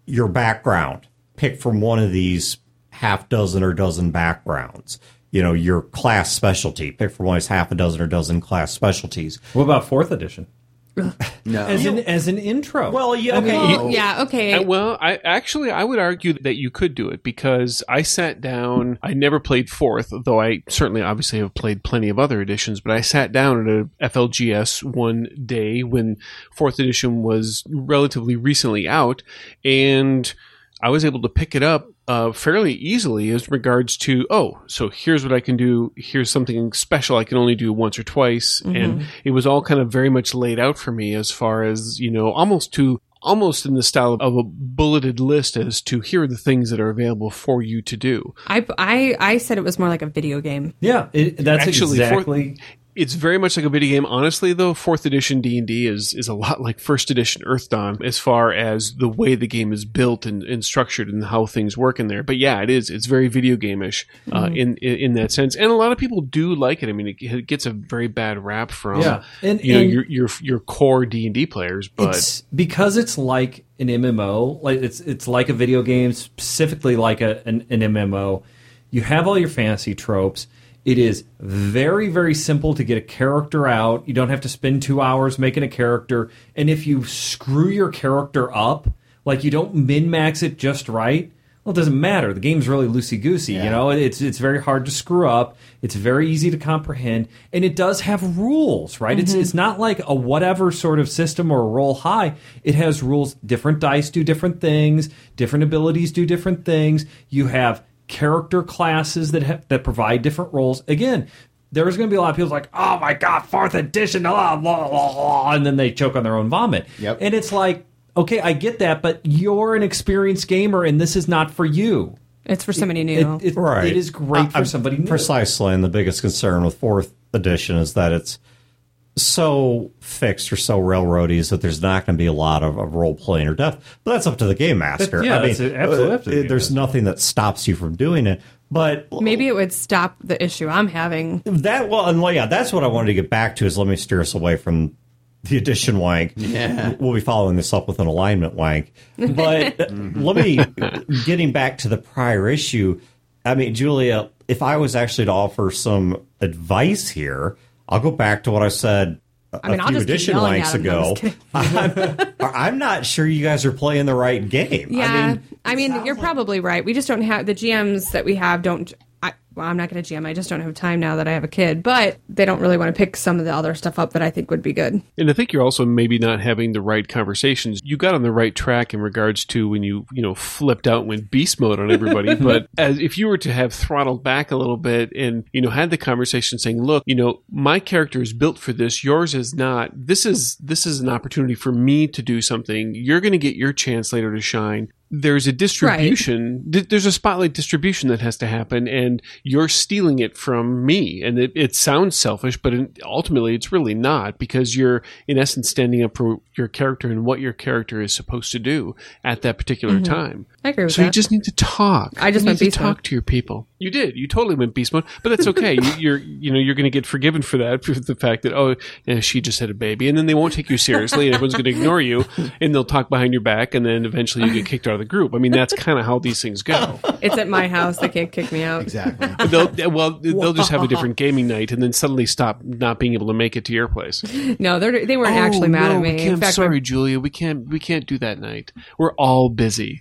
your background. Pick from one of these half dozen or dozen backgrounds. you know your class specialty. Pick from always half a dozen or dozen class specialties.
What about fourth edition?
No.
As an as an intro.
Well, yeah, okay.
Well, yeah, okay.
Uh, well, I actually I would argue that you could do it because I sat down. I never played fourth, though I certainly obviously have played plenty of other editions. But I sat down at a FLGS one day when fourth edition was relatively recently out, and I was able to pick it up uh, fairly easily as regards to oh, so here's what I can do. Here's something special I can only do once or twice, and it was all kind of very much laid out for me as far as you know, almost to almost in the style of a bulleted list as to here are the things that are available for you to do.
I, I I said it was more like a video game.
yeah, it, that's
Actually, fourth-
exactly.
it's very much like a video game. Honestly, though, fourth edition D and D is is a lot like first edition Earth Dawn as far as the way the game is built and, and structured and how things work in there. But yeah, it is. It's very video gameish uh,
Mm-hmm.
in, in in that sense. And a lot of people do like it. I mean, it, it gets a very bad rap from
Yeah. And-
you know
and-
your your your core D and D players, but.
it's because it's like an MMO, like it's it's like a video game, specifically like a an, an MMO. You have all your fantasy tropes. It is very very simple to get a character out. You don't have to spend 2 hours making a character, and if you screw your character up, like you don't min max it just right, well, it doesn't matter. The game's really loosey goosey. You know, it's it's very hard to screw up. It's very easy to comprehend, and it does have rules, right? It's it's not like a whatever sort of system or a roll high. It has rules. Different dice do different things. Different abilities do different things. You have character classes that have, that provide different roles. Again. There's going to be a lot of people like, oh my god, fourth edition, blah, blah, blah, blah, and then they choke on their own vomit.
Yep.
And it's like, okay, I get that, but you're an experienced gamer, and this is not for you.
It's for somebody new.
It, it-
Right.
it is great for
I-
somebody new.
Precisely, and the biggest concern with fourth edition is that it's so fixed or so railroady is that there's not going to be a lot of, of role playing or depth. But that's up to the game master.
yeah,
I mean,
that's absolutely up to the
uh,
game
there's nothing that stops you from doing it. But
Maybe it would stop the issue I'm having.
that well, and well, yeah, that's what I wanted to get back to. Is let me steer us away from the edition wank. We'll be following this up with an alignment wank. But uh, let me getting back to the prior issue. I mean, Julia, if I was actually to offer some advice here, I'll go back to what I said. a-
I mean,
a
I'll
few
just keep
edition
yelling at
wanks
him. No, I'm
ago,
just kidding.
I'm, I'm not sure you guys are playing the right game. I
Yeah,
mean,
I mean, you're probably right. We just don't have the GMs that we have. Don't. I, well, I'm not going to GM. I just don't have time now that I have a kid. But they don't really want to pick some of the other stuff up that I think would be good.
And I think you're also maybe not having the right conversations. You got on the right track in regards to when you, you know, flipped out and went beast mode on everybody. but as if you were to have throttled back a little bit and, you know, had the conversation saying, look, you know, my character is built for this, yours is not. This is this is an opportunity for me to do something. You're gonna get your chance later to shine. There's a distribution. Th- there's a spotlight distribution that has to happen, and you're stealing it from me. And it, it sounds selfish, but in, ultimately, it's really not because you're, in essence, standing up for your character and what your character is supposed to do at that particular time.
I agree with
So you
that.
just need to talk.
I just
you
went
need
beast
to talk
mode.
to your people. You did. You totally went beast mode, but that's okay. you, you're, you know, you're going to get forgiven for that for the fact that oh, eh, she just had a baby, and then they won't take you seriously, and everyone's going to ignore you, and they'll talk behind your back, and then eventually you get kicked out of the group. I mean, that's kind of how these things go.
It's at my house. They can't kick me out.
exactly.
But they'll, they- well, they'll just have a different gaming night, and then suddenly stop not being able to make it to your place.
No, they're, they weren't actually mad at me.
We can't,
In fact, my-
Oh, sorry, Julia, we can't we can't do that night. We're all busy.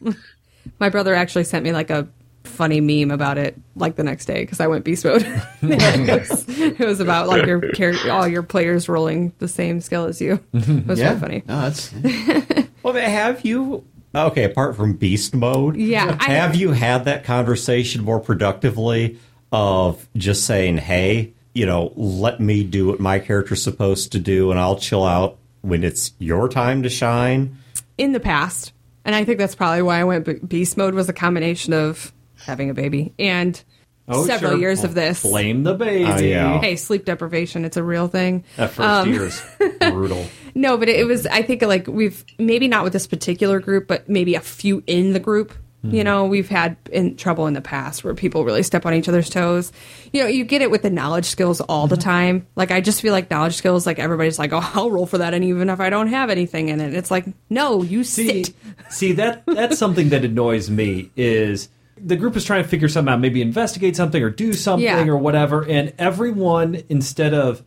my brother actually sent me like a funny meme about it like the next day because I went beast mode. it, was, it was about like your char- all your players rolling the same skill as you. It was
Yeah.
really funny.
No, that's
Well, but have you? Okay, apart from beast mode,
Yeah, I-
have you had that conversation more productively of just saying, "Hey, you know, let me do what my character's supposed to do, and I'll chill out when it's your time to shine."
in the past, and I think that's probably why I went be- beast mode was a combination of having a baby and
Oh,
several
sure.
years of this.
Blame the baby.
Oh, yeah.
Hey, Um, sleep deprivation, it's a real thing.
That first year is brutal.
No, but it, it was. I think like we've maybe not with this particular group, but maybe a few in the group.
Hmm.
You know, we've had in trouble in the past where people really step on each other's toes. You know, you get it with the knowledge skills all
Mm-hmm.
the time. Like I just feel like knowledge skills, like everybody's like, "Oh, I'll roll for that," and even if I don't have anything in it, it's like, "No, you
See,
sit."
see that that's something that annoys me is the group is trying to figure something out, maybe investigate something or do something
Yeah.
or whatever. And everyone, instead of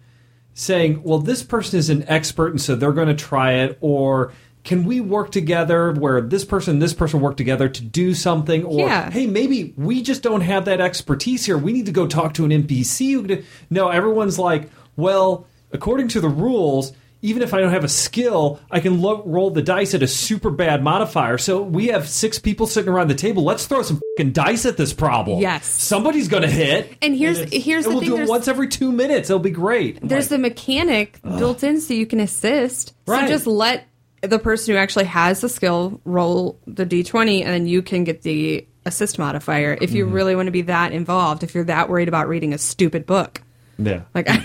saying, well, this person is an expert and so they're going to try it, or can we work together where this person and this person work together to do something? Or,
Yeah.
hey, maybe we just don't have that expertise here. We need to go talk to an NPC. who could-" No, everyone's like, well, according to the rules, even if I don't have a skill, I can lo- roll the dice at a super bad modifier. So we have six people sitting around the table. Let's throw some fucking dice at this problem.
Yes.
somebody's going to hit.
And here's-
it's-
here's
and
the
we'll
thing,
do it
there's-
once every two minutes. It'll be great. I'm
There's the
like,
mechanic built in so you can assist.
Right.
So just let the person who actually has the skill roll the d20 and then you can get the assist modifier if you really want to be that involved, if you're that worried about reading a stupid book.
yeah.
Like, I,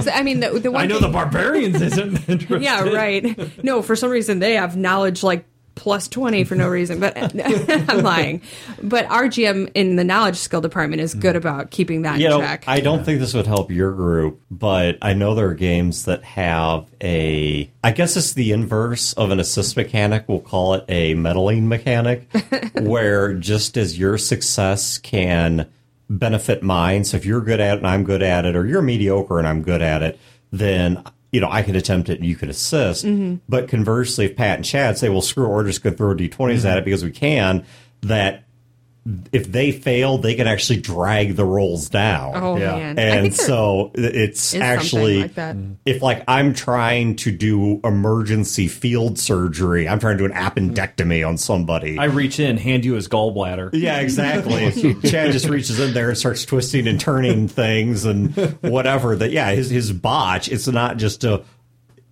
so, I mean, the, the one
I know
thing-
the barbarians isn't interested.
yeah, right. No, for some reason they have knowledge like plus 20 for no reason, but I'm lying. But our GM in the knowledge skill department is good about keeping that
you
in
know,
track.
I don't think this would help your group, but I know there are games that have a. I guess it's the inverse of an assist mechanic. We'll call it a meddling mechanic, where just as your success can benefit mine. So if you're good at it and I'm good at it, or you're mediocre and I'm good at it, then you know I could attempt it and you could assist. But conversely, if Pat and Chad say, "Well, screw, it, we're just going to throw d20s at it because we can," that if they fail, they can actually drag the rolls down.
oh,
Yeah.
man. I
And
think there-
so it's
is
actually
something like that. Mm.
if like I'm trying to do emergency field surgery, I'm trying to do an appendectomy on somebody.
I reach in, hand you his gallbladder.
yeah, exactly. Chad just reaches in there and starts twisting and turning things and whatever. That yeah, his his botch. It's not just a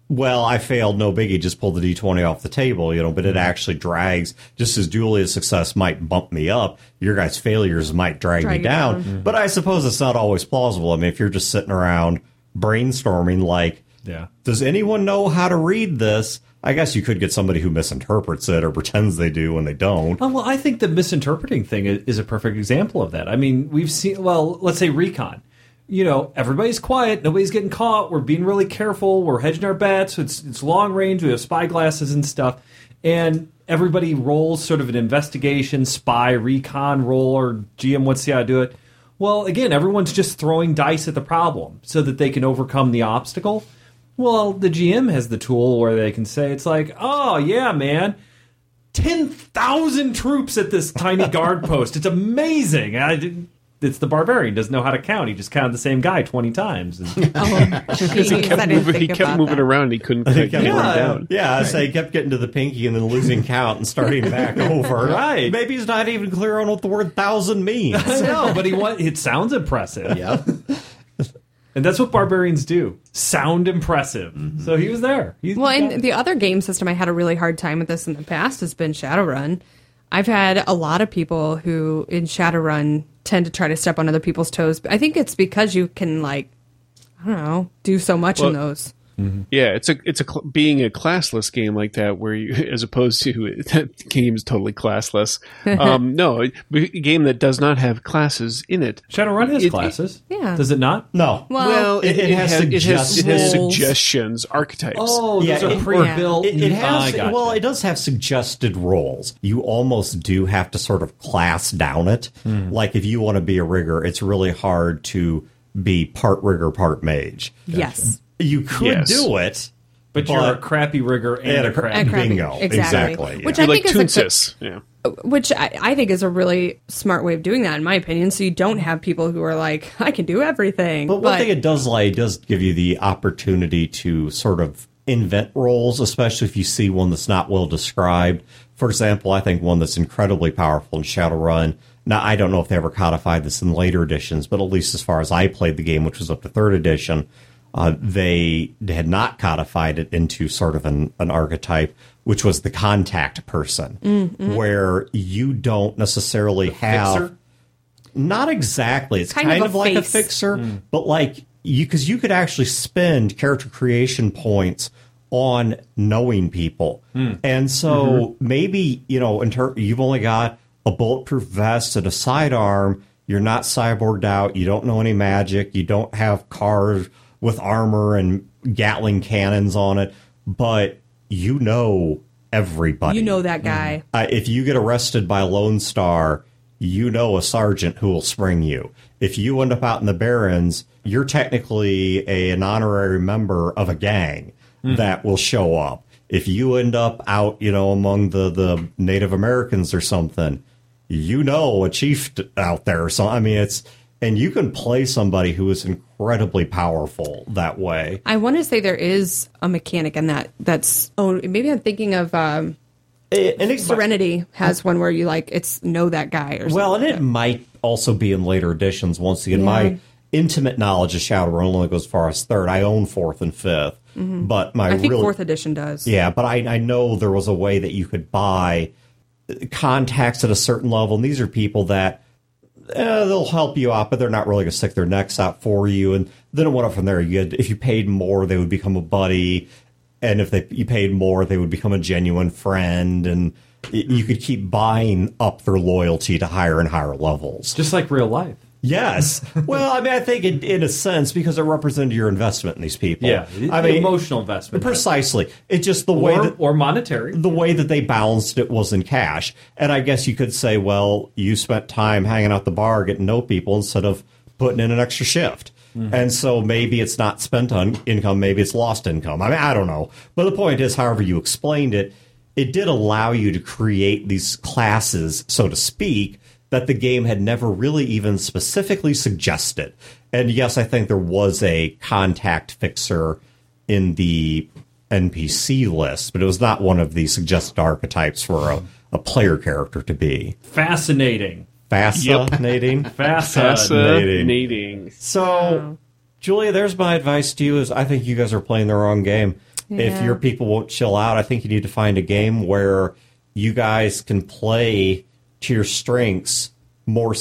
well, I failed, no biggie. Just pull the d twenty off the table, you know. But it actually drags. Just as Julia's success might bump me up, your guys' failures might drag,
Drag
me
it
down.
down.
But I suppose it's not always plausible. I mean, if you're just sitting around brainstorming, like,
Yeah.
does anyone know how to read this? I guess you could get somebody who misinterprets it or pretends they do when they don't.
Oh, well, I think the misinterpreting thing i- is a perfect example of that. I mean, we've seen, well, let's say recon. You know, everybody's quiet, nobody's getting caught, we're being really careful, we're hedging our bets, it's, it's long range, we have spy glasses and stuff, and everybody rolls sort of an investigation, spy, recon roll, or GM, wants to see how to do it. Well, again, everyone's just throwing dice at the problem so that they can overcome the obstacle. Well, the GM has the tool where they can say, it's like, oh, yeah, man, 10,000 troops at this tiny guard post. It's amazing. I didn't- it's the barbarian doesn't know how to count. He just counted the same guy 20 times. And-
Oh, jeez,
He
I
kept
didn't
moving, he
think
kept
about
moving
that.
around. He couldn't quite get
Yeah.
one down.
Yeah, so he kept getting to the pinky and then losing count and starting back over.
Right.
Maybe he's not even clear on what the word thousand means.
I know, but he wa- it sounds impressive. Yeah. And that's what barbarians do. Sound impressive. So he was there. He's
Well, and the other game system I had a really hard time with this in the past has been Shadowrun. I've had a lot of people who in Shadowrun tend to try to step on other people's toes. I think it's because you can like I don't know, do so much in
Well-
those.
Yeah, it's a it's a cl- being a classless game like that where you as opposed to that game is totally classless. Um, no, a game that does not have classes in it.
Shadowrun has
It- it-
classes.
Yeah.
Does it not?
No.
Well,
it- it has
had- it has it has
suggestions.
suggestions, archetypes.
Oh, those
Yeah,
are
it-
pre-built.
It, it
I
has
gotcha.
well, it does have suggested roles. You almost do have to sort of class down it.
Hmm.
Like if you want to be a rigger, it's really hard to be part rigger, part mage.
Yes.
You could
Yes.
do it,
but, you're a crappy rigger and,
and
a
a cra-
crap.
And crappy.
bingo
Exactly.
exactly,
Which
yeah.
You're
I
like
think is a good-
Toonsis. Yeah.
Which I, I think is a really smart way of doing that in my opinion. So you don't have people who are like, I can do everything.
But one thing it does like it does give you the opportunity to sort of invent roles, especially if you see one that's not well described. For example, I think one that's incredibly powerful in Shadowrun. Now, I don't know if they ever codified this in later editions, but at least as far as I played the game, which was up to third edition, uh, they had not codified it into sort of an, an archetype, which was the contact person, where you don't necessarily have
fixer?
not exactly. It's kind,
Kind of
of,
a
like a
face.
fixer, but like you because you could actually spend character creation points on knowing people, and so maybe you know, in ter- you've only got a bulletproof vest and a sidearm. You're not cyborged out. You don't know any magic. You don't have cars with armor and Gatling cannons on it, but you know everybody
you know that guy.
uh, if you get arrested by Lone Star, you know a sergeant who will spring you. If you end up out in the barrens, you're technically a, an honorary member of a gang that will show up. If you end up out, you know, among the, the Native Americans or something, you know a chief t- out there. So I mean, it's and you can play somebody who is incredibly powerful that way.
I want to say there is a mechanic in that. That's oh, maybe I'm thinking of um,
And
Serenity has one where you like it's know that guy or
Well, and
something.
it might also be in later editions. Once again,
Yeah.
my intimate knowledge of Shadowrun only goes as far as third. I own fourth and 5th but my
Mm-hmm. I think
really
fourth edition does.
yeah, but I, I know there was a way that you could buy contacts at a certain level, and these are people that eh, they'll help you out, but they're not really going to stick their necks out for you. And then it went up from there. You had, if you paid more, they would become a buddy, and if they you paid more, they would become a genuine friend, and y- you could keep buying up their loyalty to higher and higher levels.
Just like real life.
Yes. Well, I mean, I think it, in a sense because it represented your investment in these people. I mean,
emotional investment.
precisely. It's just the way
or,
that
or monetary.
the way that they balanced it was in cash. And I guess you could say, well, you spent time hanging out the bar, getting to know people instead of putting in an extra shift. And so maybe it's not spent on income, maybe it's lost income. I mean, I don't know. But the point is, however you explained it, it did allow you to create these classes, so to speak, that the game had never really even specifically suggested. And yes, I think there was a contact fixer in the NPC list, but it was not one of the suggested archetypes for a, a player character to be.
Fascinating.
Fascinating.
Uh,
Fascinating.
Fascinating.
so, Julia, there's my advice to you is I think you guys are playing the wrong game. If
Yeah.
your people won't chill out, I think you need to find a game where you guys can play to your strengths more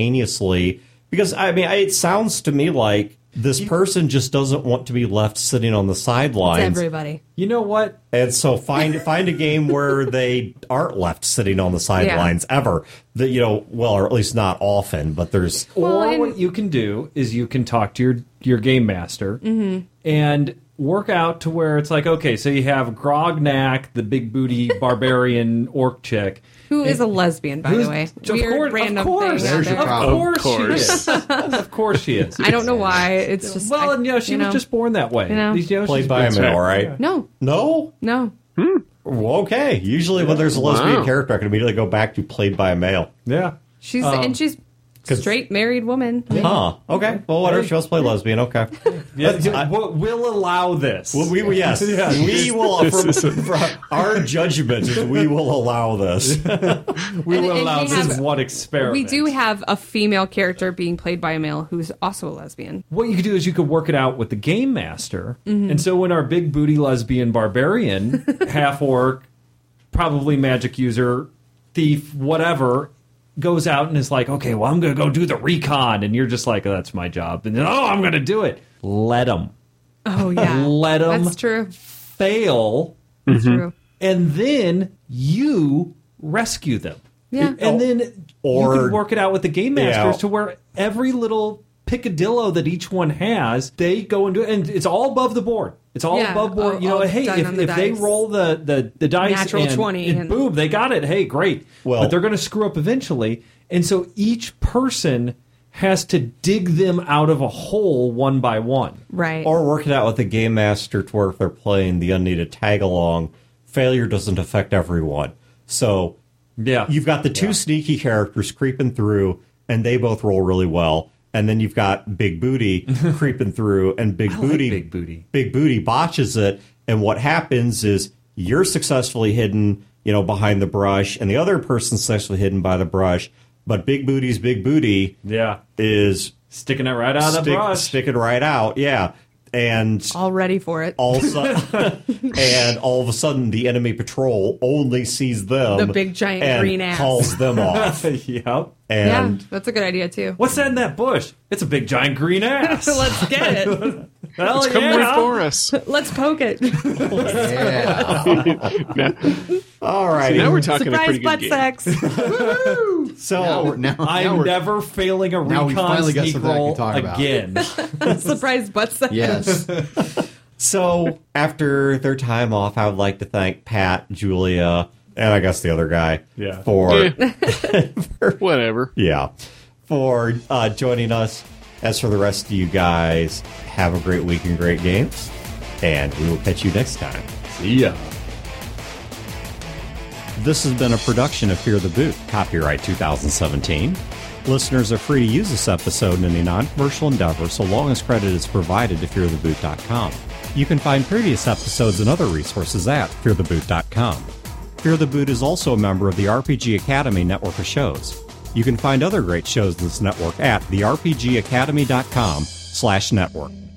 simultaneously. Because, I mean, I- it sounds to me like this person just doesn't want to be left sitting on the
It's
sidelines
everybody.
You know what?
and so find find a game where they aren't left sitting on the sidelines ever. That you know, well, or at least not often. But there's
Well,
or
and-
what you can do is you can talk to your your game master
Mm-hmm.
and work out to where it's like, okay, so you have Grognak, the big booty barbarian orc chick.
Who is a lesbian, by
who's-
the way?
of
Weird
course- of
random
course.
thing. out
There's your
there.
problem.
Of course,
course.
she is. of course she is.
I don't know why. It's just
well,
I-
and you know, she
you
was
know.
just born that way. You
know.
know, she's
played by a
been-
man, all right?
no,
No,
no.
Well, okay. Usually, when there's a lesbian
Wow.
character, I can immediately go back to played by a male.
Yeah.
She's
Um,
and she's
'cause-
straight married woman.
Huh? Okay. Well, whatever. She wants to play lesbian. Okay.
Yeah,
That's- I-
we'll, we'll allow this.
well, we, we- yes, we will. From, from our judgment is we will allow this.
We
And-
will
and
allow
we
this
have-
one experiment.
We do have a female character being played by a male who's also a lesbian.
what you could do is you could work it out with the game master. And so when our big booty lesbian barbarian, half orc, probably magic user, thief, whatever, goes out and is like, okay, well, I'm going to go do the recon. And you're just like, oh, that's my job. And then, oh, I'm going to do it. Let them
Oh yeah,
Let 'em- Mm-hmm.
That's true.
fail.
That's true.
And then you rescue them.
Yeah.
And then
Oh, Or-
you can work it out with the game masters
Yeah.
to where every little picadillo that each one has, they go and do it. And it's all above the board. It's all
Yeah,
above board.
all-
you know,
all
hey,
done
if,
on the
if they
dice.
roll the, the, the dice
Natural
and
20
it-
and-
boom, they got it. Hey, great.
Well-
but they're going to screw up eventually. And so each person has to dig them out of a hole one by one.
Right.
Or work it out with the game master to where if they're playing the unneeded tag along, failure doesn't affect everyone. So
Yeah.
you've got the two sneaky characters creeping through, and they both roll really well. And then you've got Big Booty creeping through, and Big
like
Booty
Big Booty.
Big Booty botches it, and what happens is you're successfully hidden, you know, behind the brush, and the other person's successfully hidden by the brush. But Big Booty's Big Booty
Yeah.
is
Sticking it right out of the
stick-
brush.
sticking right out, yeah. And
all ready for it.
all sudden, and all of a sudden, the enemy patrol only sees them.
The big giant
and
green ass.
calls them off.
yep.
yeah,
And
that's a good idea too.
What's that in that bush? It's a big giant green ass.
So let's get it.
Hell
It's coming
yeah.
right for us.
Let's poke it.
Yeah.
Now,
all right,
now we're talking a
Surprise
pretty good
butt
game.
sex.
so
Now we're- now- now
I'm
we're-
never failing a
Now we
recon
finally got
sneak
something I can
roll
talk about.
again.
Surprise butt sex.
Yes.
so after their time off, I would like to thank Pat, Julia, and I guess the other guy
Yeah.
for
Eh, whatever.
yeah for uh, joining us. As for the rest of you guys, have a great week and great games, and we will catch you next time.
See ya.
This has been a production of Fear the Boot, copyright 2017. Listeners are free to use this episode in any non commercial endeavor so long as credit is provided to feartheboot.com. You can find previous episodes and other resources at feartheboot.com. Fear the Boot is also a member of the RPG Academy network of shows. You can find other great shows in this network at therpgacademy.com slash network.